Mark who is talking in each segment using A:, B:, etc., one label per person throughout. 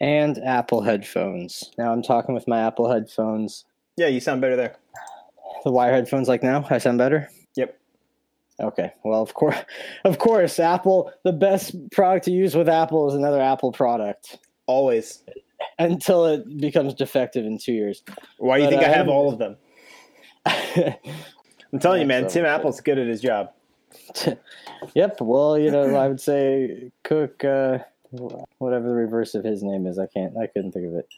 A: and Apple headphones. Now I'm talking with my Apple headphones.
B: Yeah, you sound better there.
A: The wire headphones, like now, I sound better.
B: Yep.
A: Okay. Well, of course, of course, Apple. The best product to use with Apple is another Apple product
B: Always.
A: until it becomes defective in two years.
B: Why do you
A: But,
B: think I
A: uh,
B: have all of them? I'm telling you, man,
A: That's
B: Tim
A: so-
B: Apple's good at his job.
A: yep. Well, you know, I would say Cook, uh, whatever the reverse of his name is. I can't. I couldn't think of it.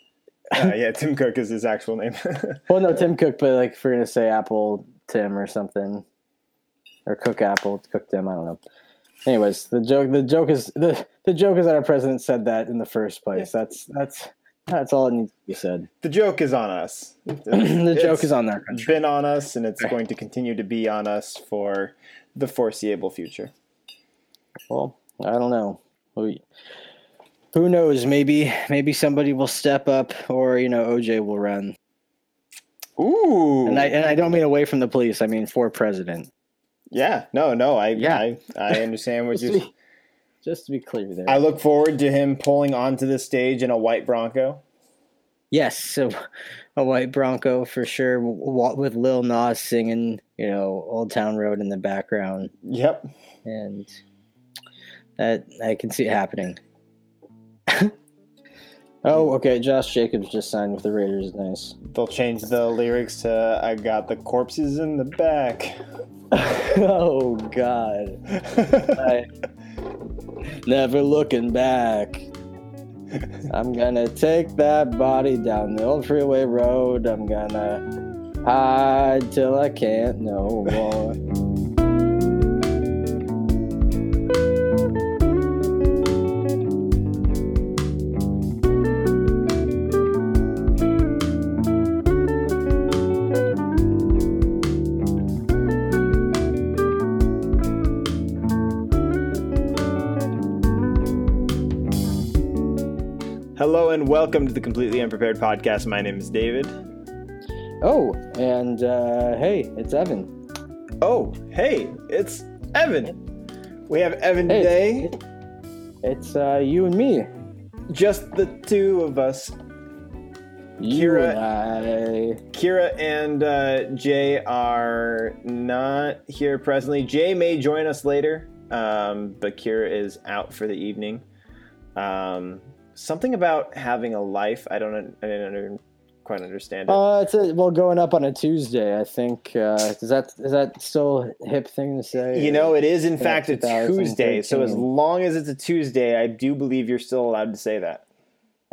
B: Uh, yeah, Tim Cook is his actual name.
A: Well, no, Tim Cook, but like if we're gonna say Apple Tim or something, or Cook Apple, Cook Tim. I don't know. Anyways, the joke the joke is the, the joke is that our president said that in the first place. That's that's that's all that needs to be said.
B: the joke is on us.
A: the joke
B: It's
A: is on their country.
B: been on us, and it's going to continue to be on us for the foreseeable future.
A: Well, I don't know. Who, who knows? Maybe maybe somebody will step up, or you know, OJ will run.
B: Ooh.
A: And I and I don't mean away from the police. I mean for president.
B: yeah. No. No. I.
A: Yeah.
B: I, I understand what
A: Just
B: you.
A: to, be, just to be clear there.
B: I look forward to him pulling onto the stage in a white Bronco.
A: Yes, so a white Bronco for sure, w- wa- with Lil Nas singing, you know, "Old Town Road" in the background,
B: Yep.
A: and that I can see it happening. oh, okay. Josh Jacobs just signed with the Raiders. Nice.
B: They'll change the lyrics to "I got the corpses in the back."
A: oh God. I- never looking back. I'm gonna take that body down the old freeway road. I'm gonna hide till I can't no more.
B: Hello and welcome to the Completely Unprepared podcast. My name is David.
A: Oh, and uh, hey, it's Evan.
B: Oh, hey, it's Evan. We have Evan
A: Hey,
B: today.
A: it's, it's uh, you and me.
B: Just the two of us.
A: You
B: Kira.
A: and
B: Kira and uh, Jay are not here presently. Jay may join us later, um, but Kira is out for the evening. Um, something about having a life. I don't. I didn't under, quite understand
A: I.
B: it.
A: Uh, it's a, well going up on a Tuesday. I think uh, is that is that still a hip thing to say?
B: You know, it is in
A: Yeah,
B: fact a Tuesday. So as
A: 2013.
B: long as it's a Tuesday, I do believe you're still allowed to say that.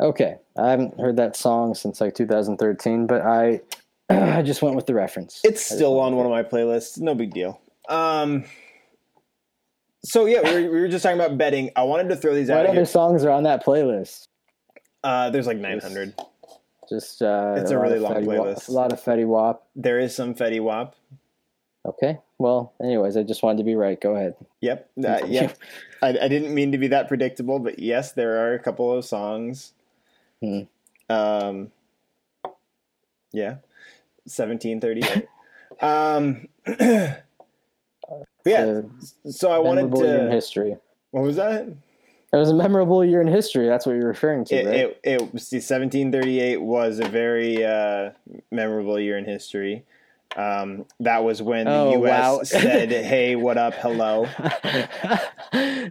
A: Okay, I haven't heard that song since like 2013, but I I just went with the reference.
B: It's still on one of my playlists. No big deal. Um. So yeah, we were, we were just talking about betting. I wanted to throw these
A: what
B: out.
A: other
B: Here.
A: songs are on that playlist?
B: Uh, there's like 900.
A: Just uh,
B: It's a
A: lot
B: really
A: of
B: long
A: Fetty Wap-
B: playlist.
A: a lot of Fetty Wap.
B: There is some Fetty Wap.
A: Okay, well, anyways, I just wanted to be right. Go ahead.
B: Yep. Uh, yep. I, I didn't mean to be that predictable, but yes, there are a couple of songs.
A: Hmm.
B: Um, yeah. 1738. um, but yeah.
A: So,
B: So I wanted
A: memorable year in
B: to.
A: history.
B: What was that?
A: It was a memorable year in history. That's what you're referring to,
B: It,
A: right?
B: it, it, see, 1738 was a very uh, memorable year in history. Um, that was when the
A: Oh,
B: U.S.
A: wow.
B: said, "Hey, what up? Hello."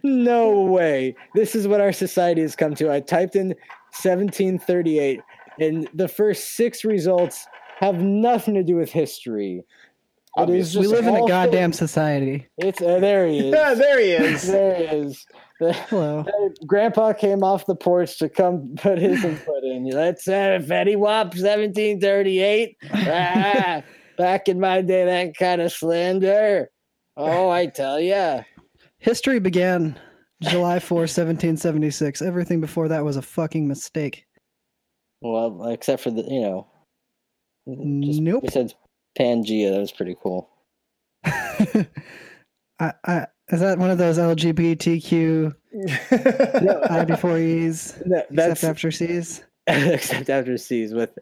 A: no way. This is what our society has come to. I typed in 1738, and the first six results have nothing to do with history. It is
C: we
A: just
C: live in a
A: all
C: goddamn
A: things-
C: society.
A: It's uh, there he is.
B: Yeah, Ah, there he is.
A: there he is.
C: Hello.
A: Grandpa came off the porch to come put his input in. That's uh, Fetty Wap, 1738. Ah, back in my day, that kind of slander. Oh, I tell ya.
C: History began July 4, 1776. Everything before that was a fucking mistake.
A: Well, except for the, you know, just
C: Nope.
A: besides Pangea, that was pretty cool.
C: I, I, is that one of those LGBTQ I before E's, except after C's?
A: except after C's with,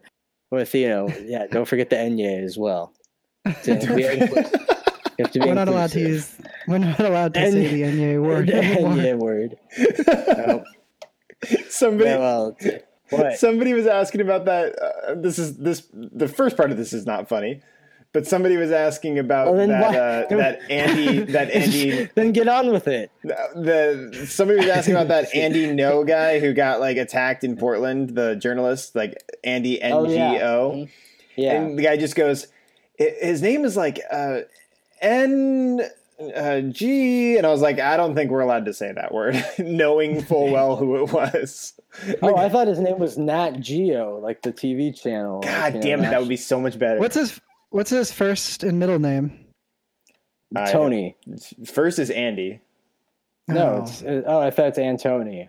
A: with you know, yeah. Don't forget the Enye as well. To be inclu- you have to be
C: We're not allowed to
A: inclusive.
C: use. We're not allowed to
A: And-
C: say the NA word
A: The
C: anymore.
A: Enye word. No,
B: Somebody,
A: well, What?
B: somebody was asking about that. Uh, this is this the first part of this is not funny, but somebody was asking about
A: Well, then why-
B: that uh, that Andy that Andy
A: then get on with it.
B: the somebody was asking about that Andy No guy who got like attacked in Portland. The journalist, like Andy NGO.
A: Oh, yeah. Yeah.
B: And the guy just goes, "I- his name is like uh, N uh, G, and I was like, I don't think we're allowed to say that word, knowing full well who it was.
A: oh, I thought his name was Nat Geo, like the TV channel.
B: God damn it, that would be so much better.
C: What's his What's his first and middle name?
B: I-
A: Tony.
B: First is Andy.
A: No,
C: Oh.
A: it's, uh, oh, I thought it's Antoni.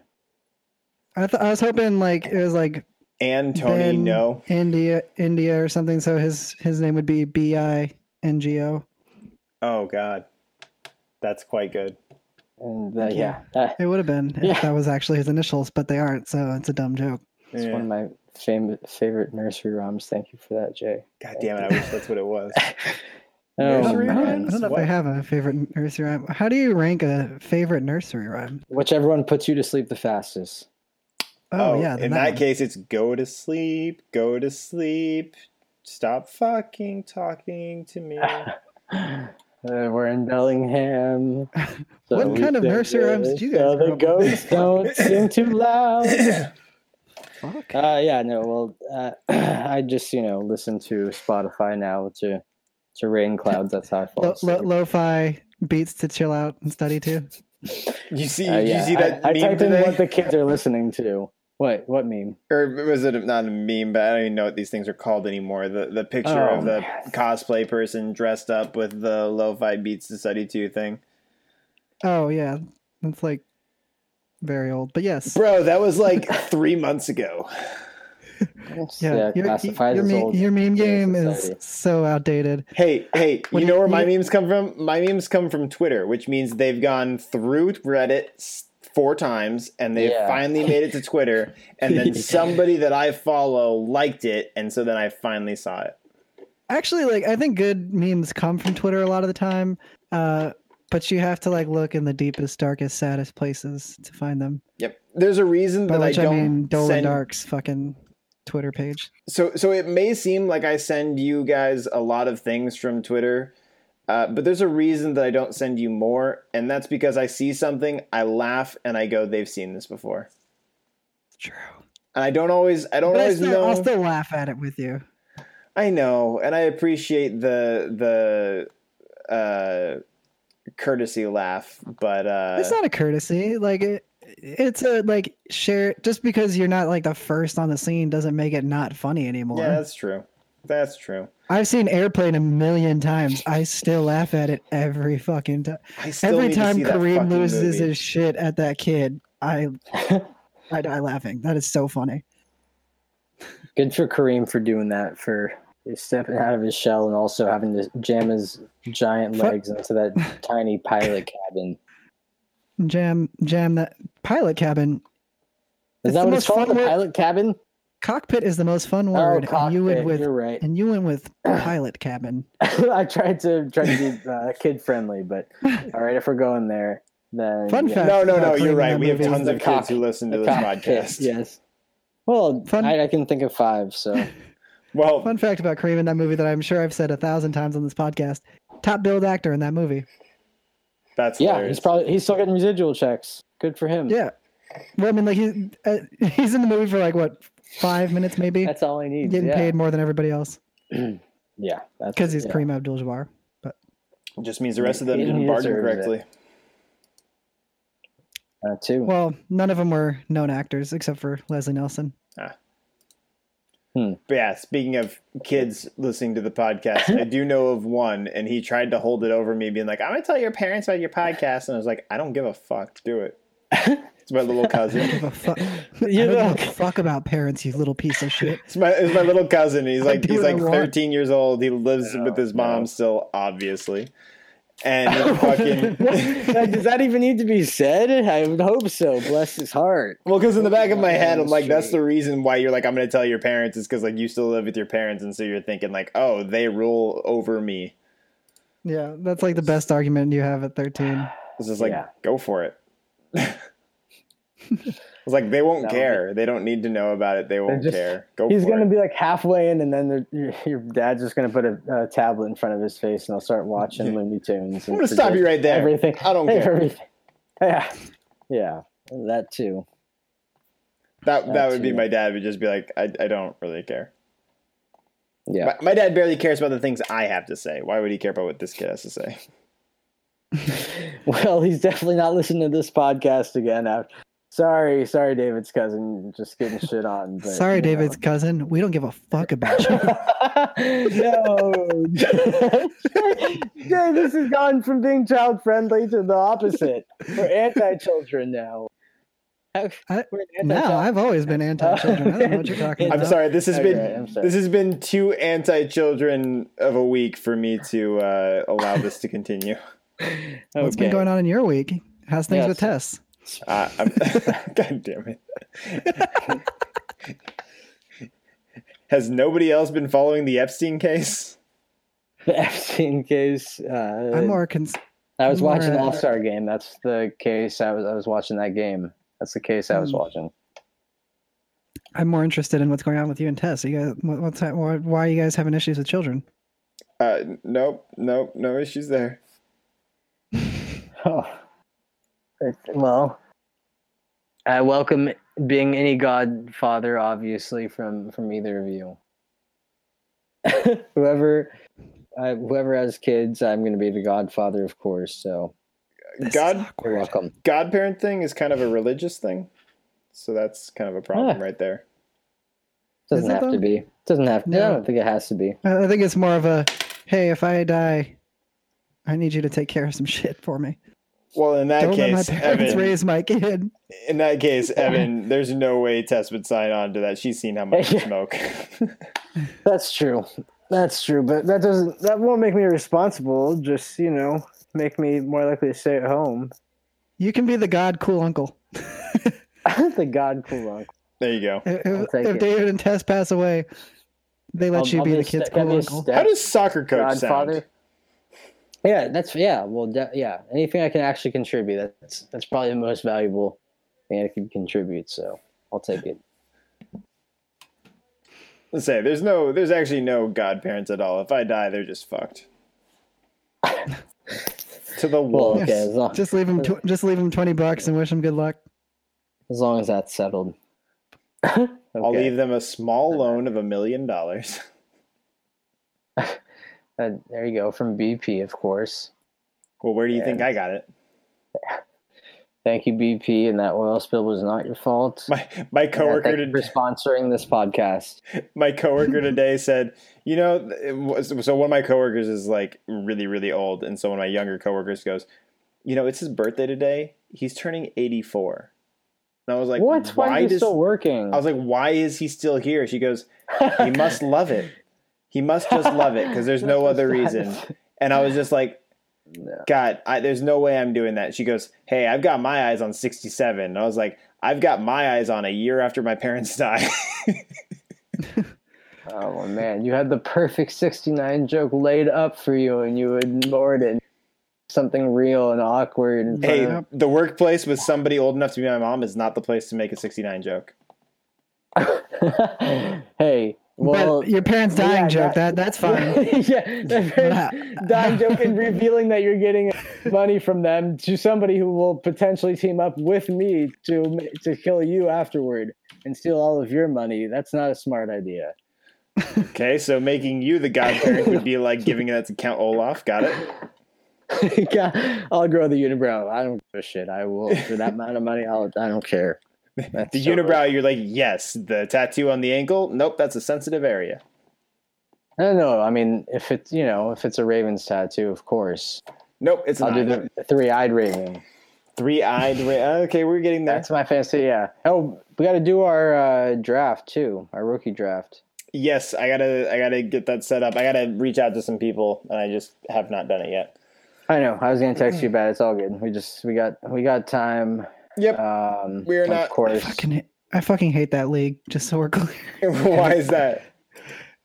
C: I, th- I was hoping like it was like
B: And Tony,
C: Ben
B: no.
C: India India or something. So his his name would be B I N G O.
B: Oh God, that's quite good.
A: And uh, yeah, that-
C: It would have been if
A: Yeah.
C: that was actually his initials, but they aren't. So it's a dumb joke.
A: that's
B: Yeah.
A: one of my fam- favorite nursery rhymes. Thank you for that, Jay.
B: God damn it, I wish that's what it was.
A: Oh,
B: Nursery
A: man.
C: I
B: rhymes?
C: don't know if
B: What?
C: I have a favorite nursery rhyme. How do you rank a favorite nursery rhyme?
A: Whichever one puts you to sleep the fastest.
C: Oh, yeah, then
B: In
C: that
B: that
C: one.
B: case, it's go to sleep, go to sleep, stop fucking talking to me.
A: Uh, we're in Bellingham.
C: What kind of nursery rhymes did you guys
A: So
C: grow
A: the
C: up
A: ghosts don't sing too loud.
C: Fuck.
A: Uh, yeah, no. Well, uh, I just you know listen to Spotify now to to rain clouds. That's how I fall
C: Lo-
A: asleep.
C: lo- lo-fi beats to chill out and study to.
B: You see,
A: Uh,
B: did
A: yeah,
B: you see that
A: I, I
B: meme
A: typed in
B: today?
A: what the kids are listening to. What? What meme?
B: or was it not a meme? But I don't even know what these things are called anymore. The the picture
A: Oh,
B: of the cosplay person dressed up with the lo-fi beats to study to thing.
C: Oh yeah, that's like very old. But yes,
B: Bro, that was like three months ago.
A: It's,
C: yeah,
A: uh,
C: your-
A: classified
C: your,
A: as
C: meme,
A: old.
C: your meme
A: Yeah,
C: game is
A: society.
C: so outdated.
B: Hey, hey,
C: When
B: you
C: you-
B: know where my
C: you-
B: memes come from? My memes come from Twitter, which means they've gone through Reddit s- four times and they
A: Yeah.
B: finally made it to Twitter. And then somebody that I follow liked it. And so then I finally saw it.
C: Actually, like I think good memes come from Twitter a lot of the time, uh, but you have to like look in the deepest, darkest, saddest places to find them.
B: Yep. There's a reason
C: By
B: that I
C: which I,
B: don't
C: mean Dolan
B: send
C: Dark's fucking Twitter page.
B: so so it may seem like I send you guys a lot of things from Twitter, uh, but there's a reason that I don't send you more, and that's because I see something, I laugh, and I go, "They've seen this before,"
C: True,
B: and I don't always I don't
C: but I
B: always
C: still,
B: know.
C: I'll still laugh at it with you.
B: I know, and I appreciate the the uh, courtesy laugh, but uh,
C: it's not a courtesy. Like it, it's a like share. Just because you're not like the first on the scene doesn't make it not funny anymore.
B: yeah, that's true. That's true.
C: I've seen Airplane a million times. I still laugh at it every fucking time.
B: I still
C: Every
B: need to
C: time
B: see that
C: Kareem
B: fucking
C: loses
B: movie.
C: his shit at that kid, I, I die laughing. That is so funny.
A: Good for Kareem for doing that for stepping out of his shell and also having to jam his giant
C: Fuck.
A: legs into that tiny pilot cabin.
C: Jam, jam that pilot cabin.
A: Is
C: It's
A: that
C: the
A: what it's
C: most
A: called? The
C: fun word-
A: pilot cabin?
C: Cockpit is the most fun
A: Oh,
C: word. and you went
A: cockpit,
C: with
A: You're right.
C: and you went with pilot cabin.
A: I tried to try to be uh, kid friendly, but all right, if we're going there, then
C: Fun
A: yeah.
C: fact.
B: No, no,
C: about
B: no.
C: uh, Kareem
B: You're
C: in
B: right.
C: that
B: We have
C: movie is
B: tons
A: the
B: of
A: cock-
B: kids who listen to
A: The
B: this
A: cockpit,
B: podcast.
A: Yes. Well,
C: Fun-
A: I, I can think of five. So
B: Well,
C: Fun fact about Kareem in that movie that I'm sure I've said a thousand times on this podcast: top billed actor in that movie.
B: that's
A: yeah,
B: hilarious.
A: he's probably he's still getting residual checks. Good for him.
C: Yeah. Well, I mean, like he's uh, he's in the movie for like what five minutes, maybe,
A: That's all he needs.
C: getting
A: yeah.
C: paid more than everybody else
A: Yeah, that's
C: because he's
A: yeah.
C: Kareem Abdul-Jabbar. But
B: It just means the rest of them
A: He
B: didn't bargain
A: deserves it.
B: correctly.
A: Uh, too.
C: well, none of them were known actors except for Leslie Nelson.
B: But yeah, speaking of kids listening to the podcast, I do know of one, and he tried to hold it over me, being like, "I'm gonna tell your parents about your podcast," and I was like, "I don't give a fuck. Do it." It's my little cousin.
C: Give a fuck.
A: You
C: I don't
A: know-
C: give a fuck about parents, you little piece of shit.
B: It's my it's my little cousin. He's like
C: do
B: he's
C: what I
B: like
C: want.
B: 13 years old. He lives
A: No,
B: with his mom
A: no.
B: still, obviously. And he fucking
A: Now, Does that even need to be said? I would hope so. Bless his heart.
B: well, because in the back of my head,
A: Yeah,
B: I'm like, that's
A: straight.
B: the reason why you're like, I'm gonna tell your parents is because like you still live with your parents, and so you're thinking like, oh, they rule over me.
C: Yeah, that's like the best argument you have at 13.
B: It's just like,
A: Yeah.
B: go for it. was like, they won't
A: No,
B: care. They don't need to know about it. They won't
A: just-
B: care. Go
A: He's
B: for
A: gonna
B: it.
A: be like halfway in, and then the- your, your dad's just gonna put a, a tablet in front of his face, and I'll start watching Looney Tunes.
B: I'm gonna stop you right there.
A: Everything.
B: I don't care.
A: Everything. Yeah, yeah, that too.
B: That that
A: That's
B: would be
A: it.
B: my dad. Would just be like, I, I don't really care.
A: Yeah.
B: My, my dad barely cares about the things I have to say. Why would he care about what this kid has to say?
A: Well, he's definitely not listening to this podcast again. After. Sorry, sorry, David's cousin, just getting shit on. but,
C: Sorry,
A: you know.
C: David's cousin. We don't give a fuck about you.
A: no, Jay, this has gone from being child friendly to the opposite. We're anti children now.
C: I-
A: We're
C: no,
A: anti-child-
C: I've always been anti-children. I don't know what you're talking
A: I'm
C: about.
B: I'm sorry. This has
A: Okay,
B: been
A: Oh, I'm sorry.
B: this has been two anti children of a week for me to uh, allow this to continue.
C: What's been
A: Okay.
C: going on in your week? How's things
A: Yes.
C: with Tess?
B: Uh, I'm, God damn it! has nobody else been following the Epstein case?
A: The Epstein case. Uh,
C: I'm more cons-
A: I was
C: I'm more,
A: watching
C: uh,
A: All Star Game. That's the case. I was I was watching that game. That's the case I was
C: Hmm.
A: watching.
C: I'm more interested in what's going on with you and Tess. You guys, what, what's that, why, why are you guys having issues with children?
B: Uh, nope, nope, no issues there.
A: Oh, It- well, I welcome being any godfather, obviously from from either of you. whoever, I, whoever has kids, I'm going to be the godfather, of course. So
C: This is
B: God,
A: you're
C: awkward.
A: welcome.
B: godparent thing is kind of a religious thing, so that's kind of a problem
A: Huh.
B: right there.
A: Doesn't
C: Is it
A: have
C: though?
A: to be. Doesn't have. No. I
C: No.
A: don't think it has to be.
C: I I think it's more of a, hey, if I die, I need you to take care of some shit for me.
B: Well, in that
C: don't
B: case,
C: let my parents
B: Evan,
C: raise my kid.
B: in that case, Evan, there's no way Tess would sign on to that. She's seen how much you
A: Yeah.
B: smoke.
A: That's true. That's true. But that doesn't. That won't make me responsible. Just you know, make me more likely to stay at home.
C: You can be the God cool uncle.
A: the god cool uncle.
B: there you go.
C: If,
A: I'll
C: if,
A: take
C: if
A: it.
C: David and Tess pass away, they let
A: I'll-
C: you
A: Um, I'll
C: be the
A: a
C: kid's
A: step- I'll
C: cool
A: be a
C: uncle.
A: step
B: How does soccer coach
A: godfather.
B: sound?
A: Yeah, that's yeah. Well, de- yeah. Anything I can actually contribute, that's that's probably the most valuable thing I can contribute. So I'll take it.
B: Let's say there's no, there's actually no godparents at all. If I die, they're just fucked. to the
A: Well,
B: wolves.
A: okay. As long,
C: Just leave him. Tw- just leave him twenty bucks and wish him good luck.
A: as long as that's settled.
B: I'll
A: Okay.
B: leave them a small loan of a million dollars.
A: Uh, there you go from BP, of course.
B: Well, where do you
A: Yeah.
B: think I got it?
A: Thank you, BP, and that oil spill was not your fault.
B: My my
A: And
B: coworker
A: thank you
B: did.
A: for sponsoring this podcast.
B: my coworker today said, you know, it was- so one of my coworkers is like really, really old, and so one of my younger coworkers goes, you know, it's his birthday today. He's turning eighty-four, and I was like,
A: what? Why,
B: Why,
A: are you
B: does?
A: still working?
B: I was like, why is he still here? She goes, he must love it. He must just love it because there's no other reason. And I was just like,
A: No.
B: God, I, there's no way I'm doing that. She goes, Hey, I've got my eyes on 67. And I was like, I've got my eyes on a year after my parents die.
A: Oh man, you had the perfect '69 joke laid up for you, and you ignored it. Something real and awkward. And
B: Hey,
A: funny.
B: the workplace with somebody old enough to be my mom is not the place to make a 69 joke.
A: hey, well,
C: but your parents dying
A: yeah,
C: joke.
A: that-
C: That that's fine.
A: yeah, the very dying joke and revealing that you're getting money from them to somebody who will potentially team up with me to to kill you afterward and steal all of your money. That's not a smart idea.
B: Okay, so making you the godparent would be like giving that to Count Olaf. Got it?
A: God, I'll grow the unibrow. I don't give a shit. I will for that amount of money. I'll, I don't care. That's
B: The
A: so-
B: unibrow, you're like, yes. The tattoo on the ankle, nope, that's a sensitive area.
A: I don't know. I mean, if it's you know, if it's a Ravens tattoo, of course,
B: Nope, it's
A: I'll
B: not.
A: do the three-eyed Raven.
B: Three-eyed. Ra- okay, we're getting there.
A: That's my fantasy. Yeah. Oh, we got to do our uh, draft too. Our rookie draft.
B: Yes, I gotta I gotta get that set up. I gotta reach out to some people and I just have not done it yet.
A: I know. I was gonna text you
C: Mm.
A: about it. It's all good. We just we got we got time.
B: Yep.
A: Um,
B: We are
A: of
B: not-
A: course.
C: fucking, ha- I fucking hate that league. Just so we're clear,
B: Why is that?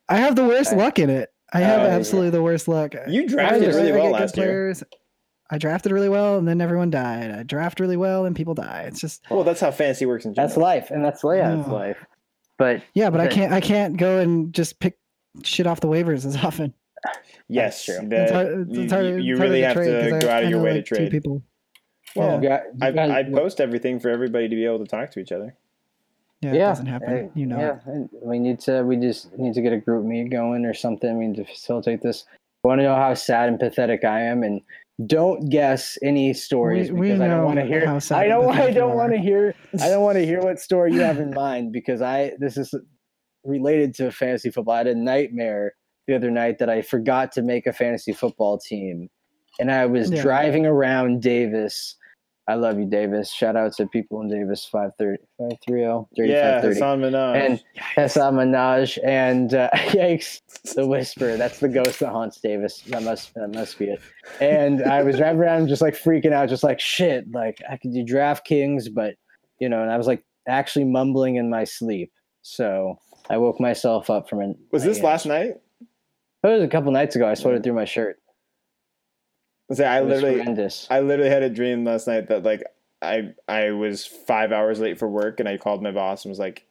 C: I have the worst
A: Okay.
C: luck in it. I have
B: Oh, yeah.
C: absolutely the worst luck.
B: You drafted
C: I just-
B: really
C: I get
B: well
C: good
B: last year.
C: players. I drafted really well and then everyone died. I draft really well and people die. It's just
B: Well, that's how fantasy works in general.
A: That's life, and that's yeah, that's
C: No.
A: life. But
C: yeah, but I
A: Okay.
C: can't I can't go and just pick shit off the waivers as often.
A: That's
B: yes,
A: true.
B: that-
C: it's hard,
B: you,
C: it's hard,
B: you-
C: it's
B: you
C: harder
B: really have
C: trade
B: to
C: 'cause
B: go
C: I-
B: out
C: I
B: of your
C: know,
B: way
C: like,
B: to
C: two
B: trade.
C: people.
B: Well,
C: Yeah.
A: you got- you
B: I,
A: guys-
B: I post everything for everybody to be able to talk to each other.
C: Yeah, it doesn't happen.
A: hey,
C: you know.
A: Yeah, and we need to. We just need to get a group meet going or something. We need to facilitate this. I want to know how sad and pathetic I am, and don't guess any stories
C: We- we
A: because I don't
C: know
A: want to hear.
C: how sad
A: I
C: and
A: don't. I
C: pathetic you
A: don't
C: are.
A: want to hear. I don't want to hear what story you have in mind because I. This is related to fantasy football. I had a nightmare the other night that I forgot to make a fantasy football team, and I was
C: Yeah.
A: driving around Davis. I love you, Davis. Shout out to people in Davis 530, 530,
B: Yeah,
A: 3530
B: Hassan Minaj.
A: and Hassan Minaj and uh, yikes, the whisper. That's the ghost that haunts Davis. That must that must be it. And I was driving around just like freaking out, just like shit. Like I could do DraftKings, but you know, and I was like actually mumbling in my sleep. So I woke myself up from an.
B: was this
A: my-
B: last night?
A: It was a couple nights ago. I sweated through my shirt.
B: Was that- I
A: It was
B: literally,
A: horrendous.
B: I literally had a dream last night that like I I was five hours late for work and I called my boss and was like,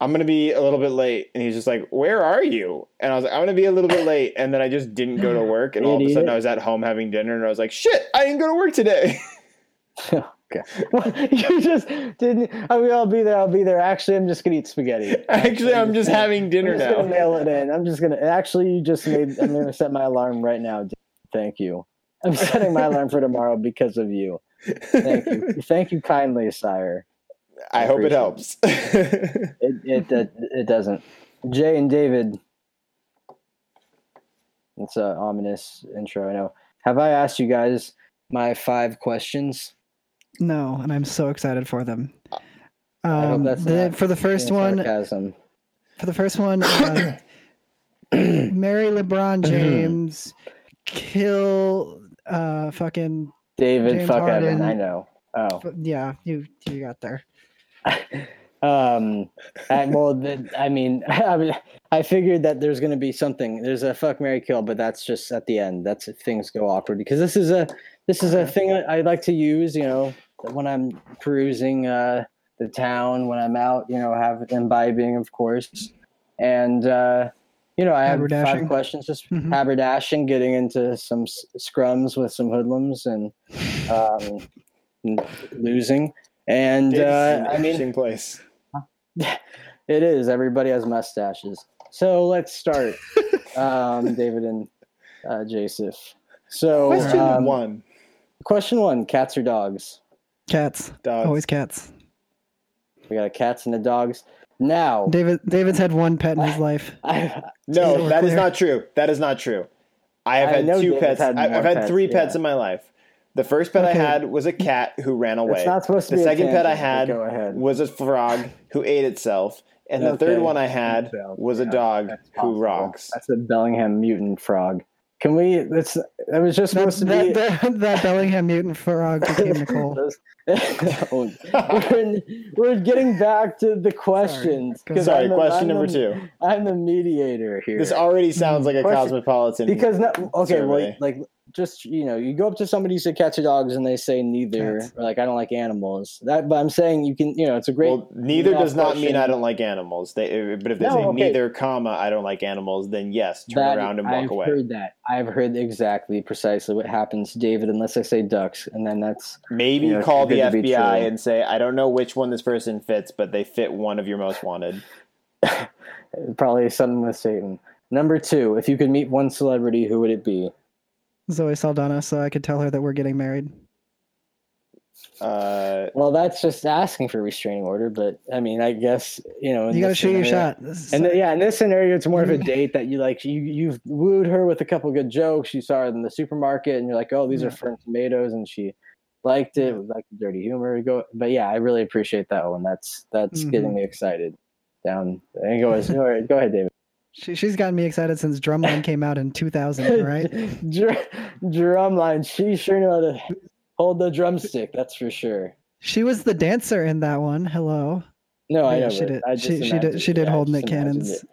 B: I'm gonna be a little bit late and he's just like, Where are you? And I was like, I'm gonna be a little bit late and then I just didn't go to work and all of a sudden
A: Idiot.
B: I was at home having dinner and I was like, Shit, I didn't go to work today.
A: you just didn't. I mean, I'll be there. I'll be there. Actually, I'm just gonna eat spaghetti.
B: Actually, I'm just having dinner
A: I'm just gonna
B: now.
A: nail it in. I'm just gonna. Actually, you just made. I'm gonna set my alarm right now. dude. Thank you. I'm setting my alarm for tomorrow because of you. Thank you. Thank you kindly, sire.
B: I hope it
A: Appreciate it. uh,
B: helps.
A: It it it, it doesn't. Jay and David. It's a ominous intro. I know. Have I asked you guys my five questions?
C: No, and I'm so excited for them.
A: I hope
C: Um,
A: that's
C: the-
A: not
C: for the first
A: Yeah,
C: one,
A: Sarcasm.
C: for the first one, uh, marry
B: Mm-hmm.
C: LeBron James, kill uh fucking
A: David,
C: James
A: fuck Evan.
C: Harden.
A: I know. Oh.
C: f- yeah, you you got there.
A: Um, I, well, the, I mean, I mean, I figured that there's going to be something. There's a fuck Mary kill, but that's just at the end. That's if things go awkward because this is a this is a thing I I like to use. You know, when I'm perusing uh, the town, when I'm out, you know, have imbibing, of course, and uh, you know, I have five
C: Haberdashing.
A: questions, just
C: Mhm.
A: haberdashing, getting into some s- scrums with some hoodlums and um, losing. And uh, I mean,
B: Interesting place.
A: it is. Everybody has mustaches. So let's start, um, David and uh, Joseph. So
B: Question
A: um,
B: one.
A: Question one: Cats or dogs?
C: Cats,
B: Dogs.
A: oh,
C: always cats.
A: We got a cats and a dogs. Now,
C: David David's had one pet in his life.
A: I,
B: No,
C: We're
B: that is
C: clear.
B: not true. That is not true. I have
A: I know
B: had two
A: David's
B: pets.
A: had
B: I- I've
A: more
B: had
A: pets,
B: three pets
A: yeah.
B: in my life. The first pet
C: Okay.
B: I had was a cat who ran away.
A: it's not supposed to
B: the
A: be. a
B: second pet I
A: tangent, but
B: had
A: Go ahead.
B: was a frog who ate itself, and the
A: Okay.
B: third one I had was a
A: Yeah,
B: dog
A: that's
B: who
A: possible.
B: rocks.
A: That's a Bellingham mutant frog. Can we? That's. That was just
C: That,
A: supposed to be.
C: that, that, that Bellingham mutant frog became Nicole.
A: Those- Oh, we're, we're getting back to the questions. 'cause
B: Sorry,
A: I'm the-
B: question
A: I'm
B: number
A: the-
B: two.
A: I'm the mediator here.
B: This already sounds like a
A: Question-
B: cosmopolitan.
A: because no, okay, well,
B: survey.
A: like just you know, you go up to somebody, you say cats or dogs, and they say neither,
C: Cats.
A: or like I don't like animals. That, but I'm saying you can, you know, it's a great.
B: well, neither
A: lead-off
B: does not mean
A: question.
B: I don't like animals. They, but if they
A: No,
B: say
A: okay.
B: neither, comma, I don't like animals, then yes, turn
A: that-
B: around and walk
A: I've
B: away.
A: heard that. I've heard exactly, precisely what happens, David. Unless I say ducks, and then that's
B: Maybe
A: Yeah, it's
B: call
A: good
B: the
A: to be
B: FBI
A: true.
B: and say, I don't know which one this person fits, but they fit one of your most wanted.
A: probably something with Satan. Number two, if you could meet one celebrity, who would it be?
C: Zoe Saldana, so I could tell her that we're getting married.
B: Uh,
A: Well, that's just asking for a restraining order, but I mean, I guess you know. in
C: You got to
A: this
C: shoot your
A: scenario-
C: shot. This is-
A: And then, yeah, in this scenario, it's more of a
C: Mm.
A: date that you like. You you've wooed her with a couple good jokes. You saw her in the supermarket, and you're like, "Oh, these are
C: Yeah.
A: firm tomatoes," and she liked it.
C: Yeah.
A: Like the dirty humor. We Go, but yeah, I really appreciate that one. That's that's getting
C: Mhm.
A: me excited. Down and go. all right, go ahead, David.
C: She, she's gotten me excited since Drumline came out in 2000, right?
A: Dr- drumline. She sure knew how to hold the drumstick. That's for sure.
C: She was the dancer in that one. Hello.
A: No, I
C: Yeah,
A: know.
C: she
A: but
C: did-
A: I just
C: she- she did-
A: imagined
C: she
A: it.
C: did
A: Yeah, I
C: hold
A: just
C: Nick
A: imagined it.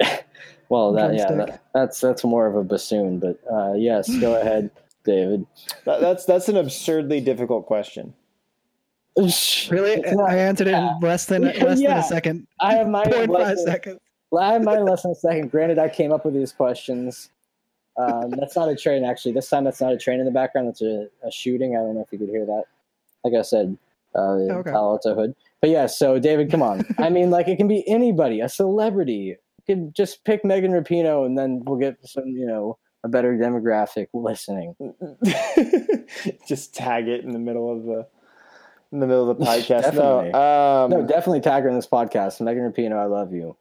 A: I, well, that yeah,
C: Drumstick.
A: that, that's that's more of a bassoon, but uh, yes, go ahead. David?
B: That, that's that's an absurdly difficult question.
C: Really, I answered it in less than less
A: Yeah.
C: than a second.
A: I have mine in
C: Point five
A: less than,
C: seconds.
A: I have mine in less than a second. Granted, I came up with these questions. Um, that's not a train, actually. This time, that's not a train in the background. That's a, a shooting. I don't know if you could hear that. Like I said, uh,
C: Okay.
A: Palo Alto hood. But yeah, so David, come on. I mean, like it can be anybody, a celebrity. You can just pick Megan Rapinoe, and then we'll get some, you know, a better demographic listening.
B: Just tag it in the middle of the in the middle of the podcast. no,
A: Definitely.
B: um,
A: No, definitely tag her in this podcast. Megan Rapinoe, I love you.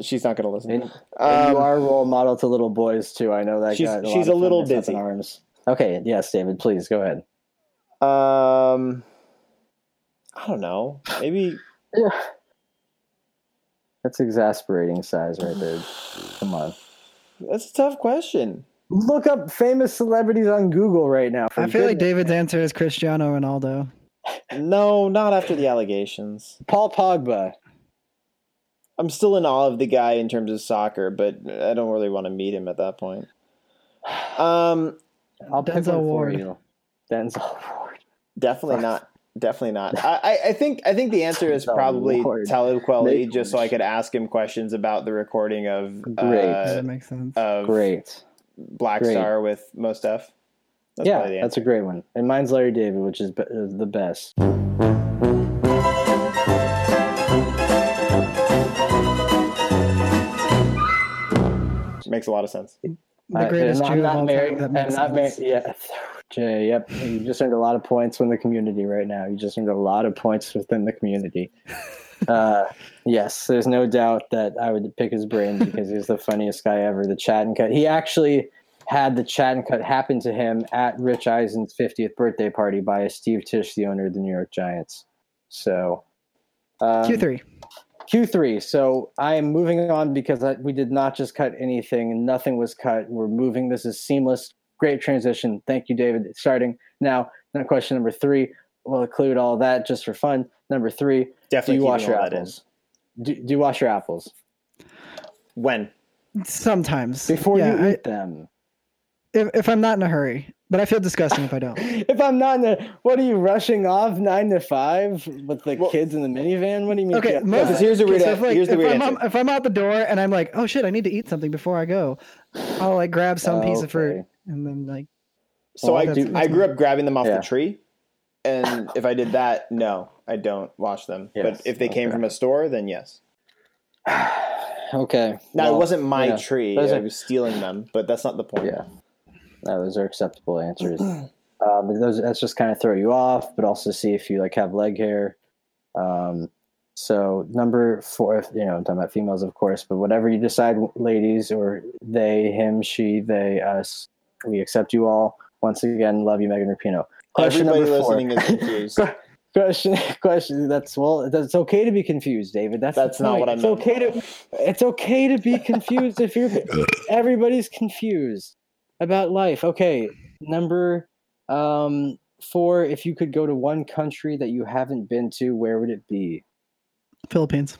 B: she's not going to listen.
A: And, and you
B: Um,
A: are a role model to little boys too. I know that
B: She's-
A: got
B: she's
A: lot
B: a
A: of
B: little
A: feminists up in
B: busy.
A: Arms. Okay, yes, David, please go ahead.
B: Um, I don't know. Maybe
A: That's exasperating size right there. Come on.
B: that's a tough question.
A: Look up famous celebrities on Google right now. for
C: I feel like
A: goodness-
C: David's answer is Cristiano Ronaldo.
B: No, not after the allegations.
A: Paul Pogba.
B: I'm still in awe of the guy in terms of soccer, but I don't really want to meet him at that point. Um,
A: I'll pick
C: Denzel
A: one for
C: Ward.
A: you. Denzel Ward.
B: definitely not. Definitely not. I, I- I think I think the answer is
A: Oh,
B: probably
A: Lord.
B: Talib Kweli,
A: Make
B: just so I could ask him questions about the recording of uh,
C: that makes sense.
B: of
A: Great.
B: Black
A: Great.
B: Star with Most F. That's
A: yeah,
B: probably the
A: that's a
B: answer.
A: great one. And mine's Larry David, which is, be- is the best.
B: makes a lot of sense.
C: the greatest
A: I,
C: Jew
A: Uh, and I'm
C: of all
A: not married.
C: time. That
A: I'm
C: makes
A: not married.
C: sense.
A: Yeah. Jay, yep. You just earned a lot of points in the community right now. You just earned a lot of points within the community. Uh, yes, there's no doubt that I would pick his brain because he's the funniest guy ever. The chat and cut. He actually had the chat and cut happen to him at Rich Eisen's 50th birthday party by Steve Tisch, the owner of the New York Giants. So. Um,
C: Q three.
A: Q3. So I am moving on because I, we did not just cut anything. Nothing was cut. We're moving. This is seamless. Great transition. Thank you, David. Starting now, now question number three. We'll include all that just for fun. Number three. Do
B: Definitely.
A: you wash
B: keeping
A: your
B: all that in.
A: apples? Do, do you wash your apples Oh,
B: When?
C: Sometimes
A: before
C: yeah,
A: you
C: I-
A: eat them?
C: if, if I'm not in a hurry, but I feel disgusting if I don't.
A: If I'm not in the, what are you rushing off nine to five with the
B: Well-
A: kids in the minivan? What do you mean?
C: Okay,
A: Yeah,
C: most-
A: yeah.
B: 'cause here's the
C: okay,
B: weird
C: so
B: an-
C: if, like,
B: here's the
C: if
B: weird
C: I'm,
B: answer.
C: out- if I'm out the door and I'm like, oh shit, I need to eat something before I go, I'll like grab some piece of fruit
A: Okay.
C: and then like
B: So
A: Well,
B: I
C: that's-
B: do.
C: that's
B: I grew up grabbing them off
A: Yeah.
B: the tree, and if I did that, no, I don't wash them.
A: Yes,
B: but if they came
A: okay.
B: from a store, then yes.
A: Okay.
B: Now it
A: well,
B: wasn't my
A: yeah.
B: tree;
A: Those
B: I
A: are-
B: was stealing them. But that's not the point.
A: Yeah, no, those are acceptable answers. um, those that's just kind of throw you off, but also see if you like have leg hair. Um, so number four, if, you know, I'm talking about females, of course, but whatever you decide, ladies or they, him, she, they, us, we accept you all. Once again, love you, Megan Rapino. Question
B: Everybody
A: number four.
B: listening is confused.
A: Question, question. That's well. that's- It's okay to be confused, David. That's the
B: That's not what
A: point.
B: I
A: It's
B: meant.
A: okay to. It's okay to be confused if you're. Everybody's confused about life. Okay, number um, four. If you could go to one country that you haven't been to, where would it be?
C: Philippines.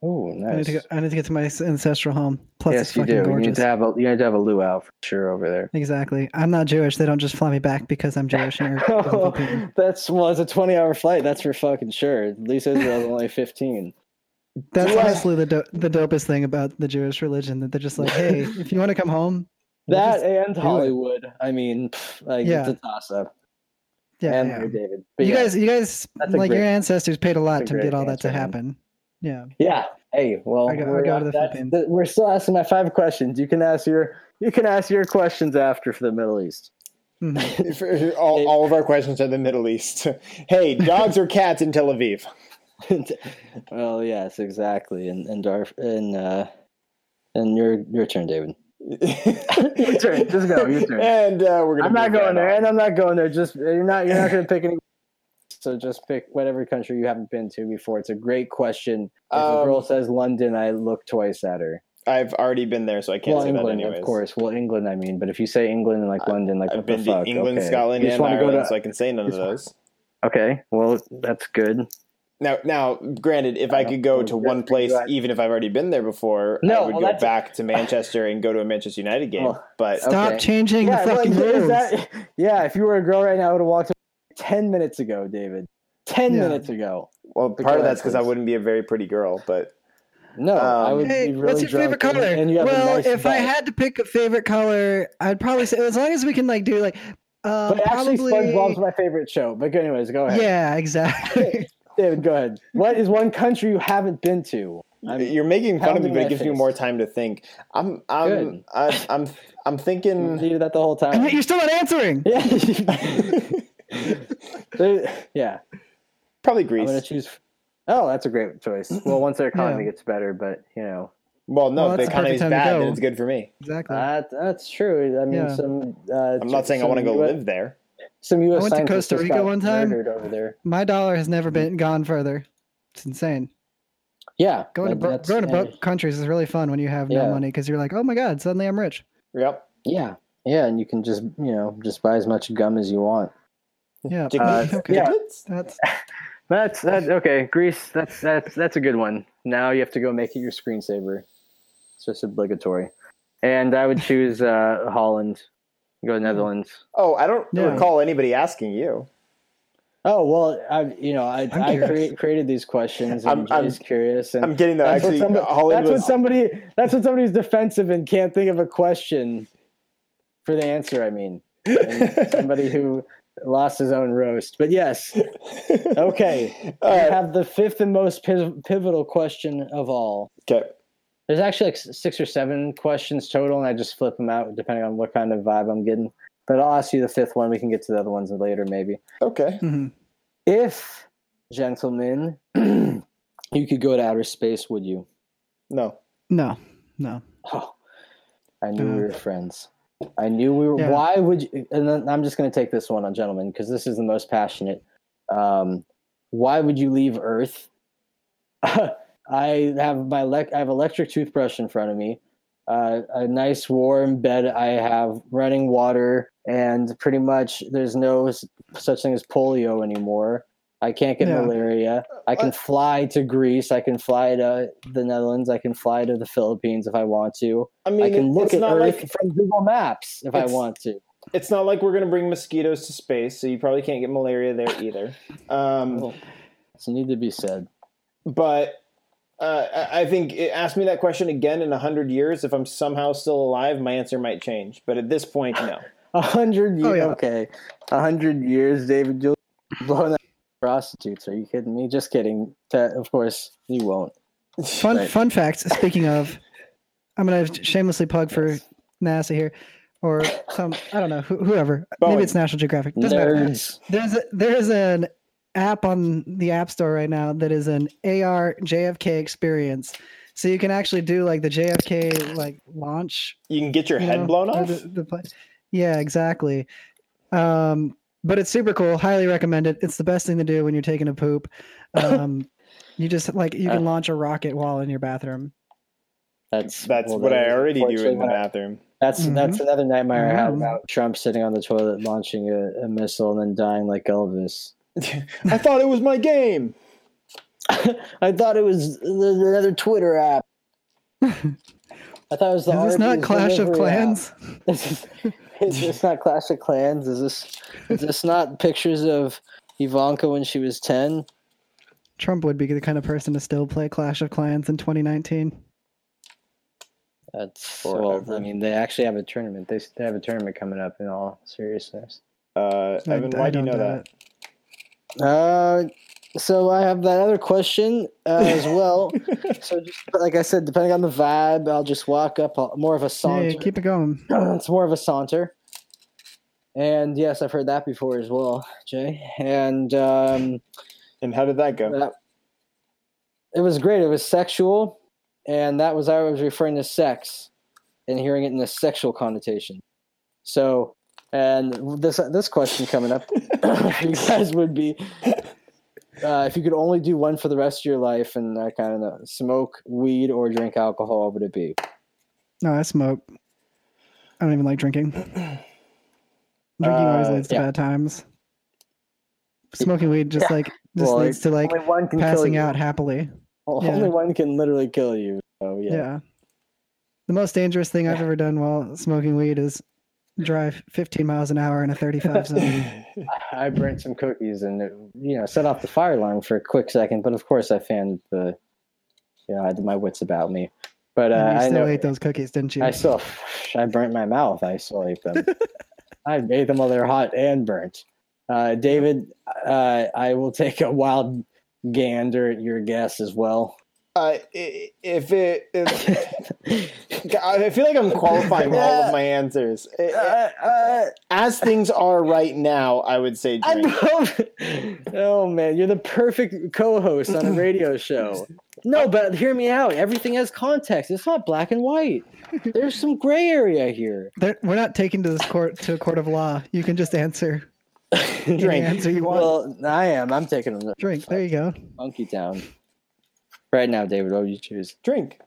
A: Oh,
C: I need
A: nice.
C: to go, I need to get to my s- ancestral home. Plus, it's
A: yes, you
C: fucking
A: do. You need
C: gorgeous.
A: to have a. You need to have a luau for sure over there.
C: Exactly. I'm not Jewish. They don't just fly me back because I'm Jewish. And you're-
A: Oh, that's well. It's a twenty-hour flight. That's for fucking sure. At least Israel's only fifteen.
C: That's
B: What?
C: honestly the do- the dopest thing about the Jewish religion that they're just like, hey, if you want to come home, we'll
A: That
C: just-
A: and
C: it.
A: Hollywood. I mean, pff, like it's
C: Yeah.
A: a toss up.
C: yeah,
A: and
C: yeah.
A: Larry David. But
C: you
A: yeah,
C: guys, you guys,
A: That's a
C: like your
A: great-
C: ancestors paid a lot
A: that's a
C: to
A: great
C: get all that
A: answer,
C: to
A: man.
C: happen. Yeah.
A: yeah. Hey, well,
C: I go- I
A: we're,
C: go to the
A: that's-
C: Philippines.
A: th- we're still asking my five questions. You can ask your you can ask your questions after for the Middle East.
C: Mhm.
B: For- all, all of our questions are the Middle East. hey, dogs or cats in Tel Aviv?
A: well, yes, exactly. And and Darf and uh, and your your turn, David. Your turn. Just go. Your turn.
B: And uh, we're gonna.
A: I'm not
B: move
A: going
B: right
A: there,
B: on.
A: and I'm not going there. Just you're not you're not going to pick any. So just pick whatever country you haven't been to before. It's a great question. If a
B: Um,
A: girl says London, I look twice at her.
B: I've already been there, so I can't
A: Well,
B: say
A: England,
B: that anyways.
A: of course. Well, England, I mean. But if you say England and like
B: I-
A: London, like
B: I've
A: what
B: been
A: the
B: to
A: fuck?
B: England,
A: okay.
B: Scotland,
A: You just
B: and
A: wanna go
B: Ireland,
A: to-
B: so I can say none of
A: just wanna-
B: those.
A: Okay, well, that's good.
B: Now, now, granted, if I,
A: I
B: could
A: don't
B: go
A: think
B: to
A: that's
B: one place,
A: right.
B: even if I've already been there before,
A: No,
B: I would
A: well,
B: go
A: that's-
B: back to Manchester and go to a Manchester United game.
A: Oh.
B: but
C: Stop
A: Okay.
C: changing
A: Yeah,
C: the
A: well,
C: fucking
A: is
C: rules.
A: that- yeah, if you were a girl right now, I would have walked up 10 minutes ago, David. 10
C: Yeah.
A: minutes ago.
B: well, part of that's because I
A: Please.
B: wouldn't be a very pretty girl. But
A: No, I
B: Um,
A: would
C: Hey,
A: be really
C: what's your favorite
A: drunk and-
C: color?
A: And you have
C: well,
A: a nice
C: if I
A: butt.
C: had to pick a favorite color, I'd probably say as long as we can like do like um,
A: But actually,
C: probably
A: SpongeBob's my favorite show. But anyways, go ahead.
C: yeah, exactly.
A: David, go ahead. What is one country you haven't been to? I'm-
B: you're making fun of me,
A: pounding
B: but
A: my
B: it gives me
A: fist.
B: more time to think. I'm,
A: Good.
B: I'm, I, I'm, I'm
A: you
B: thinking.
A: did that the whole
C: And
A: time.
C: yet You're still not answering.
A: yeah. There- yeah.
B: Probably
A: I'm going to
B: Greece.
A: choose. Oh, that's a great choice. Well, once their economy gets better, but, you know.
B: Well, no,
C: Well,
B: if the
C: that's the perfect
B: economy's
C: time to
B: bad, then
C: go.
B: it's good for me.
C: Exactly.
A: That, that's true. I mean,
C: Yeah.
A: some. Uh,
B: I'm not saying I
A: some
B: want to go
A: US
B: live there.
A: Some U.S.
C: I went to
A: scientists
C: Costa
A: just
C: Rica
A: got
C: one time.
A: murdered over there.
C: My dollar has never been
A: mm-hmm.
C: gone further. It's insane.
A: Yeah,
C: Going to
A: that-
C: bro-
A: that's-
C: going to
A: yeah,
C: broke countries is really fun when you have
A: Yeah.
C: no money because you're like, oh my god, suddenly I'm rich.
B: Yep.
A: Yeah, yeah, and you can just you know just buy as much gum as you want.
C: Yeah.
A: Uh,
B: Chiclets?
C: okay.
A: yeah.
B: Chiclets?
C: That's
A: That's that. Okay, Greece. That's that's that's a good one. Now you have to go make it your screensaver. It's just obligatory. And I would choose uh, Holland. Go to Netherlands.
B: Oh, I don't
C: Yeah.
B: recall anybody asking you.
A: Oh well, I you know I
C: I'm
A: I
C: curious.
A: crea- created these questions.
B: I'm-
A: And
B: I'm-
A: I'm just curious. And
B: I'm getting though.
A: that's
B: Actually, uh,
A: what somebody,
B: Holland
A: that's
B: was.
A: what somebody that's what somebody's defensive and can't think of a question for the answer. I mean, And somebody who lost his own roast. But yes, okay.
B: All
A: we
B: right.
A: have the fifth and most piv- pivotal question of all.
B: okay.
A: There's actually like s- six or seven questions total, and I just flip them out depending on what kind of vibe I'm getting. But I'll ask you the fifth one. We can get to the other ones later, maybe.
B: Okay.
C: mhm.
A: If, gentlemen, you could go to outer space, would you?
B: No.
C: no, no.
A: Oh, I knew we
C: Uh,
A: were friends. I knew we were.
C: Yeah.
A: Why would you? And then I'm just going to take this one on, gentlemen, because this is the most passionate. Um, why would you leave Earth? I have my lec- I have electric toothbrush in front of me, uh, a nice warm bed. I have running water, and pretty much there's no s- such thing as polio anymore. I can't get
C: Yeah.
A: malaria. I can
B: What?
A: fly to Greece. I can fly to the Netherlands. I can fly to the Philippines if I want to.
B: I
A: I
B: mean,
A: can look
B: it's
A: at
B: not
A: Earth
B: like
A: from Google Maps if I
B: It's-
A: want to.
B: it's not like we're gonna bring mosquitoes to space, so you probably can't get malaria there either.
A: Oh.
B: Um,
A: So need to be said.
B: but uh, I- I think it, ask me that question again in hundred years. If I'm somehow still alive, my answer might change. But at this point, no.
A: A hundred years.
C: Oh, yeah.
A: Okay, a hundred years, David. You'll be blown up by prostitutes. Are you kidding me? Just kidding. That- of course you won't.
C: Fun
A: Right.
C: fun fact. Speaking of, I'm gonna shamelessly plug for NASA here, or some I don't know who, whoever.
B: Boeing.
C: Maybe it's National Geographic. Doesn't matter.
A: Nerds.
C: There's a, there's an app on the App Store right now that is an AR JFK experience. So you can actually do like the JFK like launch
B: You can get your
C: you
B: head
C: know,
B: blown
C: or
B: off.
C: the- the pla- yeah, exactly. Um, but it's super cool. Highly recommend it. It's the best thing to do when you're taking a poop. Um, you just like
B: Uh,
C: you can launch a rocket while in your bathroom.
A: That's
B: That's
A: well,
B: what
A: that
B: I
A: is
B: already do
A: unfortunately
B: in the
A: what I-
B: bathroom.
A: That's
C: Mm-hmm.
A: that's another nightmare I had
C: Mhm.
A: about Trump sitting on the toilet launching a, a missile and then dying like Elvis.
B: I thought it was my game.
A: I thought it was the- the- another Twitter app. I thought it was the.
C: is this not
A: Arby's
C: Clash of
A: delivery app.
C: Clans?
A: is this not Clash of Clans? Is this is this not pictures of Ivanka when she was ten?
C: Trump would be the kind of person to still play Clash of Clans in 2019.
A: That's well. I mean, they actually have a tournament. They, they have a tournament coming up. In all seriousness,
B: Uh,
C: I-
B: Evan,
C: I
B: why do you know
C: don't
B: that?
C: doubt
A: uh, so I have that other question uh, as well. so just like I said, depending on the vibe, I'll just walk up. I'll, more of a
C: it.
A: saunter.
C: Hey, keep it going.
A: it's more of a saunter. And yes, I've heard that before as well, Jay. And um,
B: And how did that go?
A: That- it was great. It was sexual, and that was I was referring to sex, and hearing it in a sexual connotation. So, and this this question coming up, for you guys would be uh, if you could only do one for the rest of your life, and I kind of know, smoke weed or drink alcohol, what would it be?
C: No, I smoke. I don't even like drinking. Drinking always
B: Uh,
C: leads to
A: yeah.
C: bad times. Smoking weed just like Just
A: Well,
C: leads to like
A: only one can
C: passing
A: kill you.
C: out happily.
A: Well,
C: yeah.
A: Only one can literally kill you. So
C: Yeah.
A: yeah.
C: The most dangerous thing I've ever done while smoking weed is drive 15 miles an hour in a 35 zone.
A: I burned some cookies and it, you know set off the fire alarm for a quick second, but of course I fanned the. You know, I had my wits about me, but uh,
C: and you
A: I
C: still
A: know
C: ate those cookies, didn't you?
A: I still, I burnt my mouth. I still ate them. I ate them while they were hot and burnt. Uh, David, uh, I will take a wild gander at your guess as well.
B: Uh, i- if it, if, I I feel like I'm qualifying all of my answers. I- I- As things are right now, I would say
A: I
B: drink.
A: know. Oh man, you're the perfect co-host on a radio show. No, but hear me out. Everything has context. It's not black and white. There's some gray area here.
C: They're- we're not taking to this court to a court of law. You can just answer. Any
A: Drink.
C: answer you want.
A: Well, I am. I'm taking a
C: Drink. There you go.
A: monkey down. Right now, David, what would you choose?
B: Drink.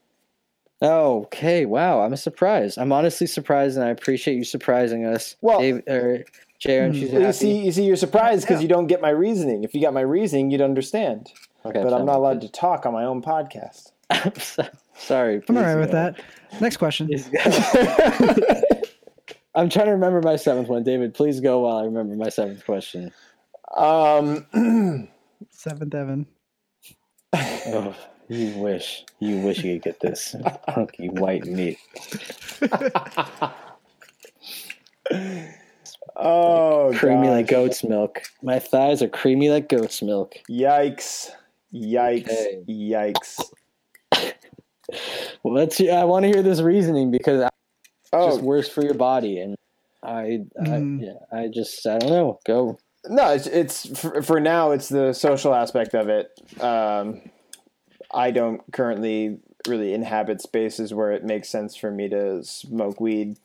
A: Oh, okay. Wow. I'm surprised. I'm honestly surprised, and I appreciate you surprising us.
B: Well-
A: Dave, or Jay, aren't you
B: You
A: happy?
B: see, you see, you're surprised because
C: Yeah.
B: you don't get my reasoning. If you got my reasoning, you'd understand.
A: okay,
B: But I'm not
A: sorry.
B: allowed to talk on my own podcast.
A: I'm so- sorry.
C: I'm
A: please
C: all right
A: go.
C: with that. Next question.
A: I'm trying to remember my seventh one, David. Please go while I remember my seventh question.
B: Um,
C: Seventh Evan.
A: Oh, you wish, you wish you could get this hunky white meat.
B: oh,
A: Creamy
B: gosh.
A: like goat's milk. My thighs are creamy like goat's milk.
B: Yikes! Yikes!
A: Okay.
B: Yikes!
A: Well, let's. I want to hear this reasoning because
B: Oh
A: just worse for your body. And I, I
C: Mhm.
A: yeah, I just, I don't know. Go.
B: no, it's, it's for, for now. It's the social aspect of it. Um, I don't currently really inhabit spaces where it makes sense for me to smoke weed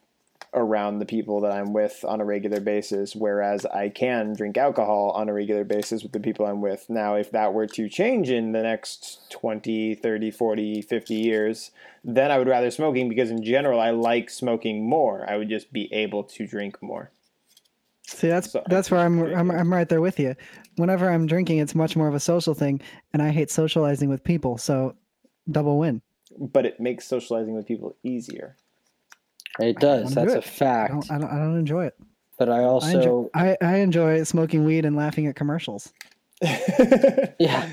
B: around the people that I'm with on a regular basis. Whereas I can drink alcohol on a regular basis with the people I'm with. Now, if that were to change in the next 20, 30, 40, 50 years, then I would rather smoking because in general, I like smoking more. I would just be able to drink more.
C: See, that's
B: So-
C: that's where I'm, I'm I'm right there with you. Whenever I'm drinking, it's much more of a social thing, and I hate socializing with people. So, double win.
B: but it makes socializing with people easier.
A: It does.
C: I'm
A: That's
C: good.
A: a
C: I
A: fact.
C: don't I don't, I don't enjoy it.
A: but I also,
C: I, enjoy, I I enjoy smoking weed and laughing at commercials.
A: yeah.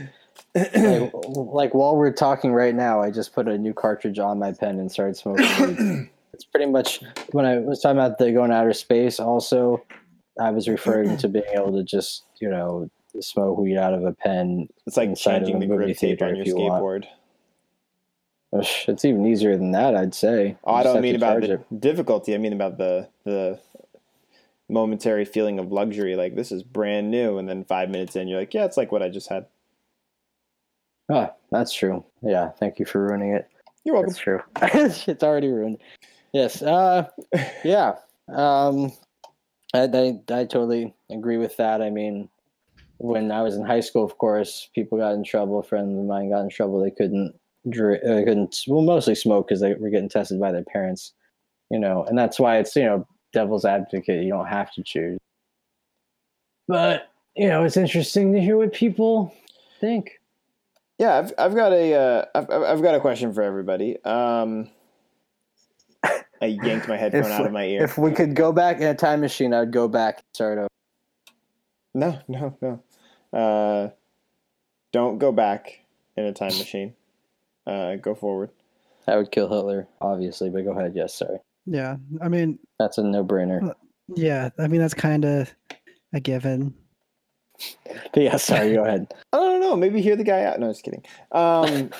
A: like, like while we're talking right now, I just put a new cartridge on my pen and started smoking. weed. it's pretty much when I was talking about the going to outer space. Also, I was referring to being able to just you know smoke weed out of a pen.
B: It's like
A: Inside of
B: changing
A: a
B: the
A: movie
B: grip tape
A: theater
B: on your
A: if you want.
B: skateboard.
A: Ugh, It's even easier than that, I'd say.
B: Oh,
A: You just
B: I don't
A: have
B: mean
A: to
B: about
A: charge
B: the
A: it.
B: difficulty. I mean about the the momentary feeling of luxury. Like this is brand new, and then five minutes in, you're like, yeah, it's like what I just had.
A: Oh, that's true. Yeah, thank you for ruining it.
B: You're welcome.
A: That's true. it's already ruined. Yes. Uh, yeah. Um, I, I I totally agree with that. I mean, when I was in high school, of course, people got in trouble. Friends of mine got in trouble. They couldn't dri- uh, they couldn't well mostly smoke because they were getting tested by their parents. You know, and that's why it's you know devil's advocate. You don't have to choose. But you know, it's interesting to hear what people think.
B: Yeah, I've I've got a uh, I've I've I've got a question for everybody. Um, I yanked my headphone out of my ear.
A: If we could go back in a time machine, I would go back and start over.
B: No, no, no. Uh, don't go back in a time machine. Uh, go forward.
A: I would kill Hitler, obviously, but go ahead. Yes, sorry.
C: Yeah, I mean,
A: That's a no brainer.
C: yeah, I mean that's kind of a given.
A: yeah, sorry, go ahead.
B: I don't know. Maybe hear the guy out. No, just kidding. Um,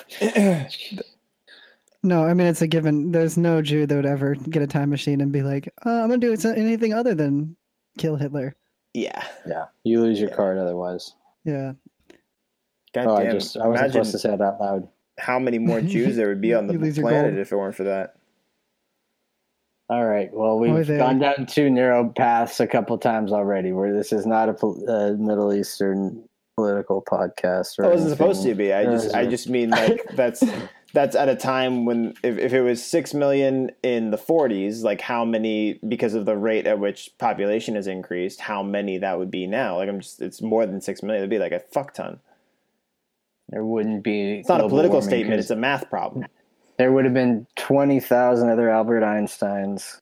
C: No, I mean it's a given. There's no Jew that would ever get a time machine and be like, uh, "I'm gonna do so- anything other than kill Hitler."
B: yeah.
A: Yeah. You lose your
B: Yeah.
A: card otherwise.
C: Yeah,
B: God
A: Oh, I
B: damn.
A: just I wasn't
B: Imagine
A: supposed to say it out loud.
B: how many more Jews there would be on the
C: You lose your
B: planet
C: gold.
B: if it weren't for that.
A: All right. Well, we've
C: Oy vey.
A: gone down two narrow paths a couple times already. Where this is not a pol- uh, Middle Eastern political podcast. Or
B: It wasn't supposed to
A: anything.
B: be. I
A: Yeah,
B: just I
A: yeah.
B: just mean like that's that's at a time when if, if it was six million in the forties, like how many because of the rate at which population has increased, how many that would be now. Like I'm just it's more than six million. It'd be like a fuck ton.
A: There wouldn't be.
B: It's not a
A: global
B: political
A: warming,
B: statement,
A: 'cause
B: it's a math problem.
A: there would have been twenty thousand other Albert Einsteins.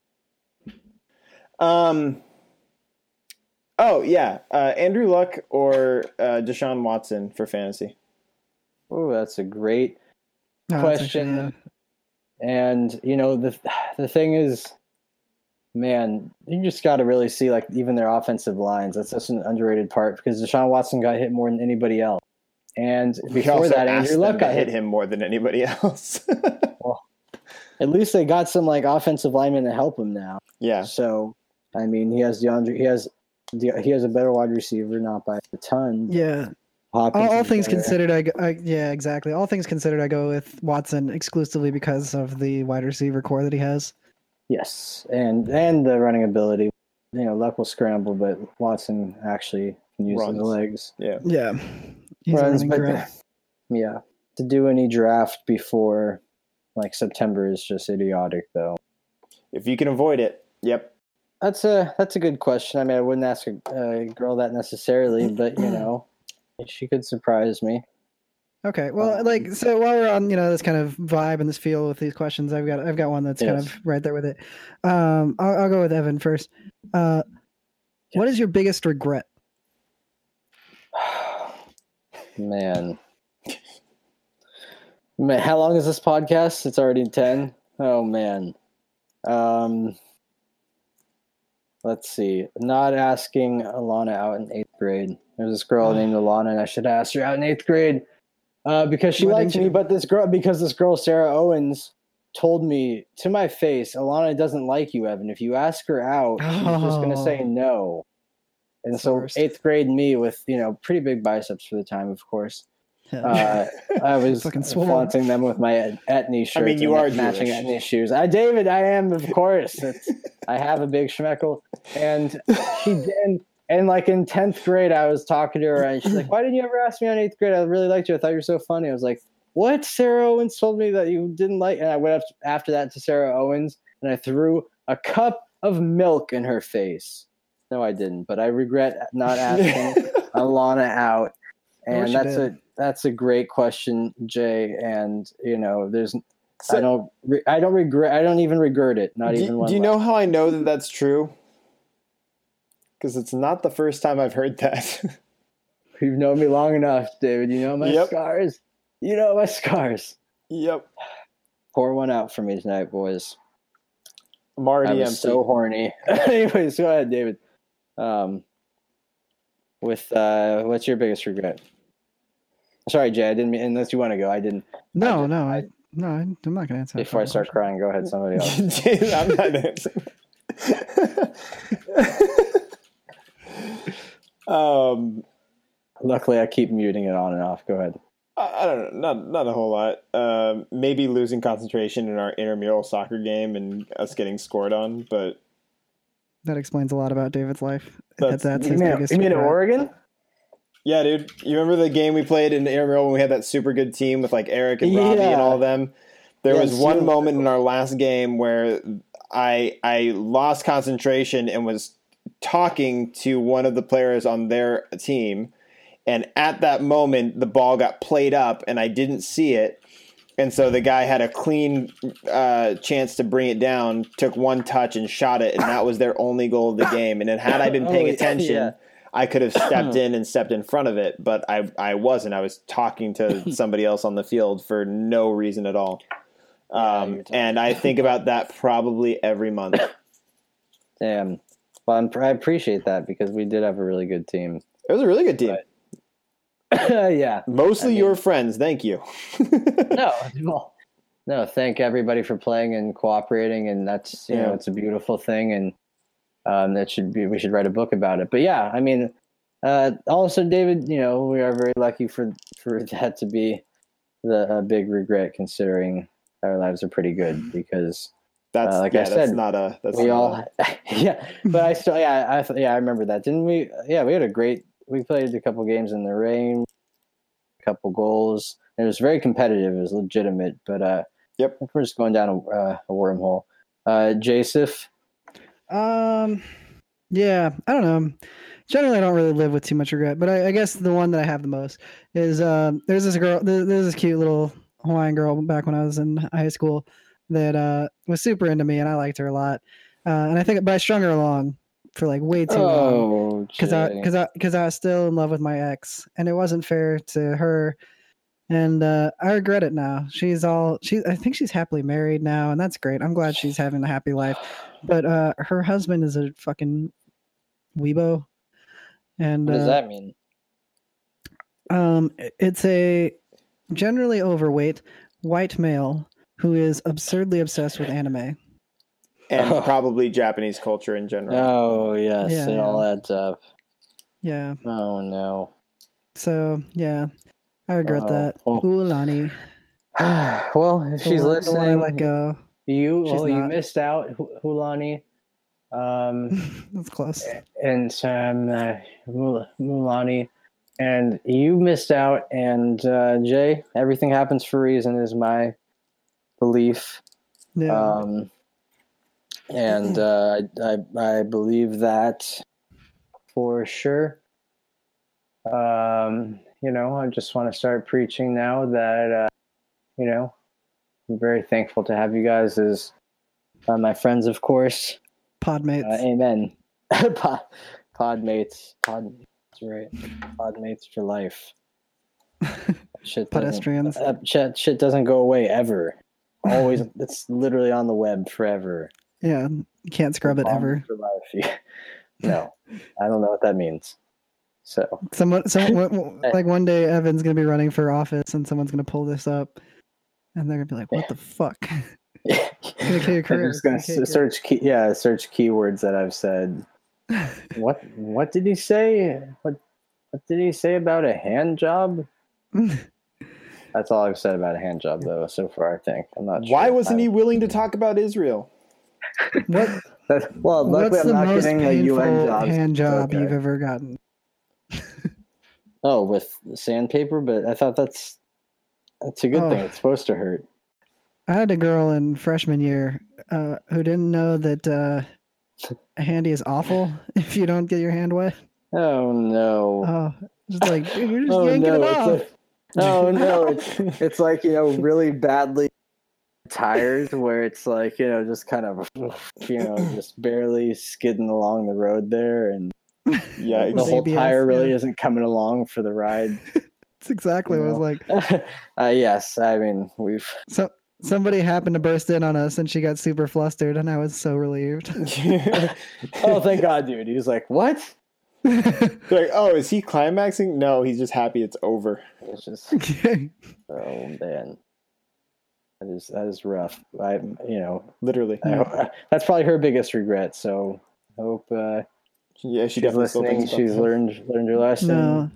B: Um Oh yeah. Uh, Andrew Luck or uh, Deshaun Watson for fantasy.
A: Oh, that's a great
C: No, that's actually-
A: question. And you know the the thing is, man, you just got to really see like even their offensive lines. That's such an underrated part because Deshaun Watson got hit more than anybody else. And
B: We
A: before
B: also
A: that,
B: asked
A: Andrew
B: them
A: Luck
B: to
A: got hit.
B: hit him more than anybody else.
A: At least they got some like offensive linemen to help him now.
B: yeah.
A: So, I mean, he has DeAndre. He has De- he has a better wide receiver, not by a ton.
C: yeah.
A: Hopkins
C: All, all
A: is
C: things
A: better.
C: considered, I, go- I yeah exactly. All things considered, I go with Watson exclusively because of the wide receiver core that he has.
A: Yes, and and the running ability. You know, Luck will scramble, but Watson actually can use
B: Runs.
A: the legs.
C: Yeah, he's
A: Runs,
C: a running
A: but-
C: threat.
A: Yeah, to do any draft before like September is just idiotic, though.
B: If you can avoid it, yep.
A: That's a that's a good question. I mean, I wouldn't ask a, a girl that necessarily, but you know, she could surprise me.
C: Okay, well,
A: Um,
C: like so while we're on, you know, this kind of vibe and this feel with these questions, I've got I've got one that's kind
A: Yes.
C: of right there with it. Um, I'll, I'll go with Evan first. Uh, What is your biggest regret?
A: Man. Man, how long is this podcast? It's already 10. Oh man. Um Let's see. Not asking Alana out in 8th grade. There's this
C: Oh.
A: girl named Alana and I should have asked her out in 8th grade. Uh because she
C: Why
A: liked
C: didn't
A: me,
C: you?
A: but this girl because this girl Sarah Owens told me to my face, Alana doesn't like you, Evan. If you ask her out, she's just going to
C: Oh.
A: say no. And
C: That's the
A: so
C: worst.
A: eighth grade me with you know pretty big biceps for the time, of course. Uh, I was
C: Fucking swole.
A: flaunting them with my etnia shirt.
B: mean, you
A: and
B: are
A: matching
B: Jewish.
A: etnia shoes. I, David, I am of course. It's- I have a big schmeckle, and she did. And like in tenth grade, I was talking to her, and she's like, "Why didn't you ever ask me on eighth grade? I really liked you. I thought you were so funny." I was like, "What?" Sarah Owens told me that you didn't like, and I went up to- after that to Sarah Owens, and I threw a cup of milk in her face. No, I didn't, but I regret not asking. Alana out.
C: I wish
A: And
C: you
A: that's
C: did.
A: a that's a great question, Jay. And you know, there's
B: So,
A: I don't re- I don't regret I don't even regret it. Not
B: do,
A: even one.
B: do you
A: left.
B: know how I know that that's true? Because it's not the first time I've heard that.
A: you've known me long enough, David. You know my
B: Yep.
A: scars. You know my scars.
B: yep.
A: Pour one out for me tonight, boys.
B: I'm already
A: I was
B: empty.
A: so horny. Anyways, go ahead, David. Um, with uh, what's your biggest regret? Sorry, Jay. I didn't mean unless you want to go. I didn't.
C: no,
A: I-
C: no, I no, I, I'm not gonna answer. that
A: Before I
C: fucking
A: start crying,
C: question.
A: go ahead. Somebody else.
B: Dude, I'm not answering. um,
A: Luckily, I keep muting it on and off. Go ahead.
B: I, I don't know. Not not a whole lot. Um, maybe losing concentration in our intramural soccer game and us getting scored on, but
C: that explains a lot about David's life.
B: That's-
C: that that's
A: you
C: his
A: mean,
C: biggest.
A: you mean
C: regret.
A: Oregon?
B: Yeah, dude. You remember the game we played in Amarillo when we had that super good team with like Eric and Robbie
A: Yeah.
B: and all of them? There
A: Yeah,
B: was
A: so-
B: one moment in our last game where I I lost concentration and was talking to one of the players on their team, and at that moment the ball got played up and I didn't see it, and so the guy had a clean uh, chance to bring it down, took one touch and shot it, and that was their only goal of the game. And then had I been paying
A: Oh, yeah.
B: attention, I could have stepped in and stepped in front of it, but I I wasn't. I was talking to somebody else on the field for no reason at all.
A: you
B: Um,
A: were talking-
B: and I think about that probably every month. It
A: Damn. Well, I'm, I appreciate that because we did have a really good team.
B: was a really good team.
A: yeah. I
B: Mostly
A: mean- Uh,
B: your friends. Thank you.
A: No. well, No. Thank everybody for playing and cooperating, and that's you know
B: Yeah.
A: it's a beautiful thing, and um, that should be we should write a book about it. But yeah, I mean, uh, also David, you know, we are very lucky for for that to be the uh, big regret, considering our lives are pretty good because
B: That's
A: Uh, like
B: yeah,
A: I
B: that's
A: said,
B: not a that's
A: we
B: not
A: all
B: a-
A: yeah but i still yeah i th- yeah i remember that didn't we yeah we had a great we played a couple games in the rain, a couple goals. It was very competitive. It was legitimate, but uh,
B: Yep.
A: we're just going down a, uh, a wormhole. Uh, Jasif,
C: Um, yeah, I don't know. Generally, I don't really live with too much regret, but I, I guess the one that I have the most is um, there's this girl, there- there's this cute little Hawaiian girl back when I was in high school that uh, was super into me, and I liked her a lot. Uh, and I think, but I strung her along for like way too long
A: oh,
C: because I
A: Jay.
C: because I because I was still in love with my ex, and it wasn't fair to her. And uh, I regret it now. She's all she. I think she's happily married now, and that's great. I'm glad she's having a happy life. But uh, her husband is a fucking weebo, and
A: what does
C: uh,
A: that mean?
C: um, it's a generally overweight white male who is absurdly obsessed with
B: and
C: anime.
A: Oh.
B: probably Japanese culture in general.
A: Oh yes,
C: Yeah,
A: it all adds up.
C: Yeah.
A: Oh no.
C: So yeah, I regret
A: Oh,
C: that.
A: oh.
C: Ulani.
A: well, if she's listening,
C: let go.
A: you
C: She's
A: well, you
C: not.
A: missed out, Hu- Hulani. Um,
C: That's close.
A: Uh, and um, uh, Mul- Mulani, and you missed out. And uh, Jay, everything happens for a reason is my belief.
C: Yeah.
A: Um, and uh, I, I I believe that for sure. Um, you know, I just want to start preaching now that uh, you know I'm very thankful to have you guys as uh, my friends, of course.
C: Podmates.
A: Uh, amen. pod, podmates. Pod, that's right. Podmates for life. That shit doesn't-
C: Pedestrians.
A: That shit, shit doesn't go away ever. Always, it's literally on the web forever.
C: yeah, you can't scrub it
A: On
C: ever.
A: For life. no, I don't know what that means. So
C: Someone, someone, like one day, Evan's gonna be running for office, and someone's gonna pull this up, and they're gonna be like, "What the fuck?" kill your career.
A: I'm just gonna
C: It's gonna kill your
A: s- search key, yeah, search keywords that I've said. what what did he say? What what did he say about a hand job? That's all I've said about a hand job though so far. I think I'm not.
B: Why
A: sure.
B: wasn't he willing to talk about Israel?
C: what?
A: That, well, luckily
C: What's
A: I'm
C: the
A: not
C: most
A: getting the
C: painful
A: UN jobs.
C: hand job
A: Okay.
C: you've ever gotten?
A: Oh, with sandpaper, but I thought that's that's a good
C: Oh.
A: thing. It's supposed to hurt.
C: I had a girl in freshman year uh, who didn't know that uh, handy is awful if you don't get your hand wet.
A: Oh no.
C: Oh, just like dude, you're just
A: oh
C: yanking
A: no.
C: it
A: It's
C: off.
A: like, oh no. It's, it's like you know really badly tires where it's like you know just kind of you know just barely skidding along the road there and
B: Yeah,
A: the
C: With
A: whole
C: ABS,
A: tire really
C: yeah.
A: isn't coming along for the ride.
C: That's exactly what I was
A: No.
C: like.
A: uh, yes, I mean we've
C: So somebody happened to burst in on us, and she got super flustered, and I was so relieved.
B: exactly.
A: oh thank god dude he's like what
B: like, oh, is he climaxing? No, he's just happy it's over.
A: it's just
C: Okay.
A: oh man that is that is rough i you know
B: Literally.
C: Hmm.
A: I hope, that's probably her biggest regret so i hope uh,
B: Yeah, she
A: she's
B: definitely still
A: listening
B: thinks about
A: she's
B: that.
A: learned learned her lesson
C: no,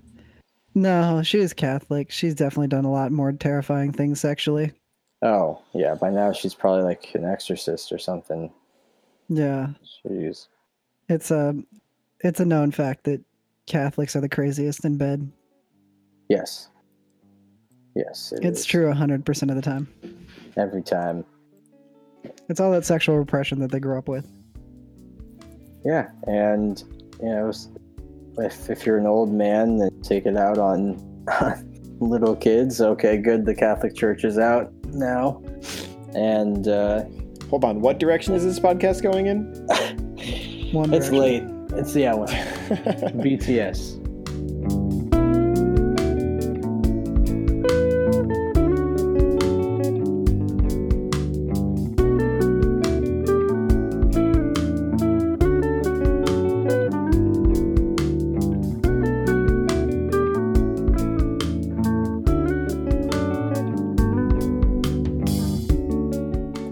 C: no, she is Catholic. She's definitely done a lot more terrifying things sexually.
A: oh yeah by now she's probably like an exorcist or something
C: Yeah,
A: she's
C: it's a, it's a known fact that Catholics are the craziest in bed.
A: yes yes it
C: It's
A: is.
C: true, hundred percent of the time.
A: every time
C: It's all that sexual repression that they grew up with.
A: Yeah, and you know, s- if if you're an old man, then take it out on little kids. Okay, good. The Catholic Church is out now, and uh,
B: Hold on, what direction is this podcast going in?
C: One
A: it's
C: version.
A: late. It's the hour. BTS.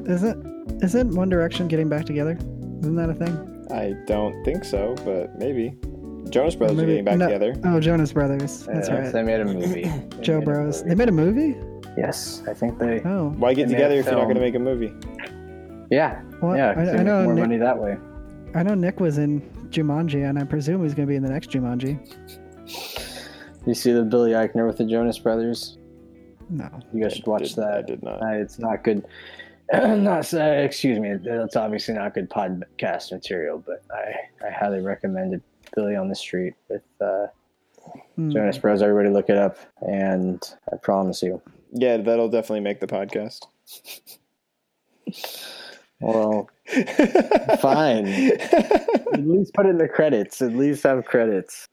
C: Isn't isn't One Direction getting back together? Isn't that a thing?
B: I don't think so, but maybe. Jonas Brothers
C: Maybe-
B: are getting back
C: no.
B: together.
C: Oh, Jonas Brothers. That's
A: Yeah,
C: right.
A: They made a movie. They
C: Joe
A: made a
C: Bros. They
A: movie.
C: made a movie.
A: Yes, I think they.
C: Oh,
B: Why get
A: And they
B: together
A: have
B: if you're not
A: film.
B: going to make a movie?
A: Yeah,
C: what?
A: yeah.
C: I,
A: they
C: I
A: make
C: know
A: more
C: Nick-
A: money that way.
C: I know Nick was in Jumanji, and I presume he's going to be in the next Jumanji.
A: You see the Billy Eichner with the Jonas Brothers?
C: No.
A: You guys should watch
B: Did- I
A: that.
B: did not.
A: Uh, it's not good. not uh, excuse me. It's obviously not good podcast material, but I, I highly recommend it. Billy on the Street with uh,
C: Hmm.
A: Jonas Brothers. Everybody look it up, and I promise you.
B: Yeah, that'll definitely make the podcast.
A: Well, at least put it in the credits. At least have credits.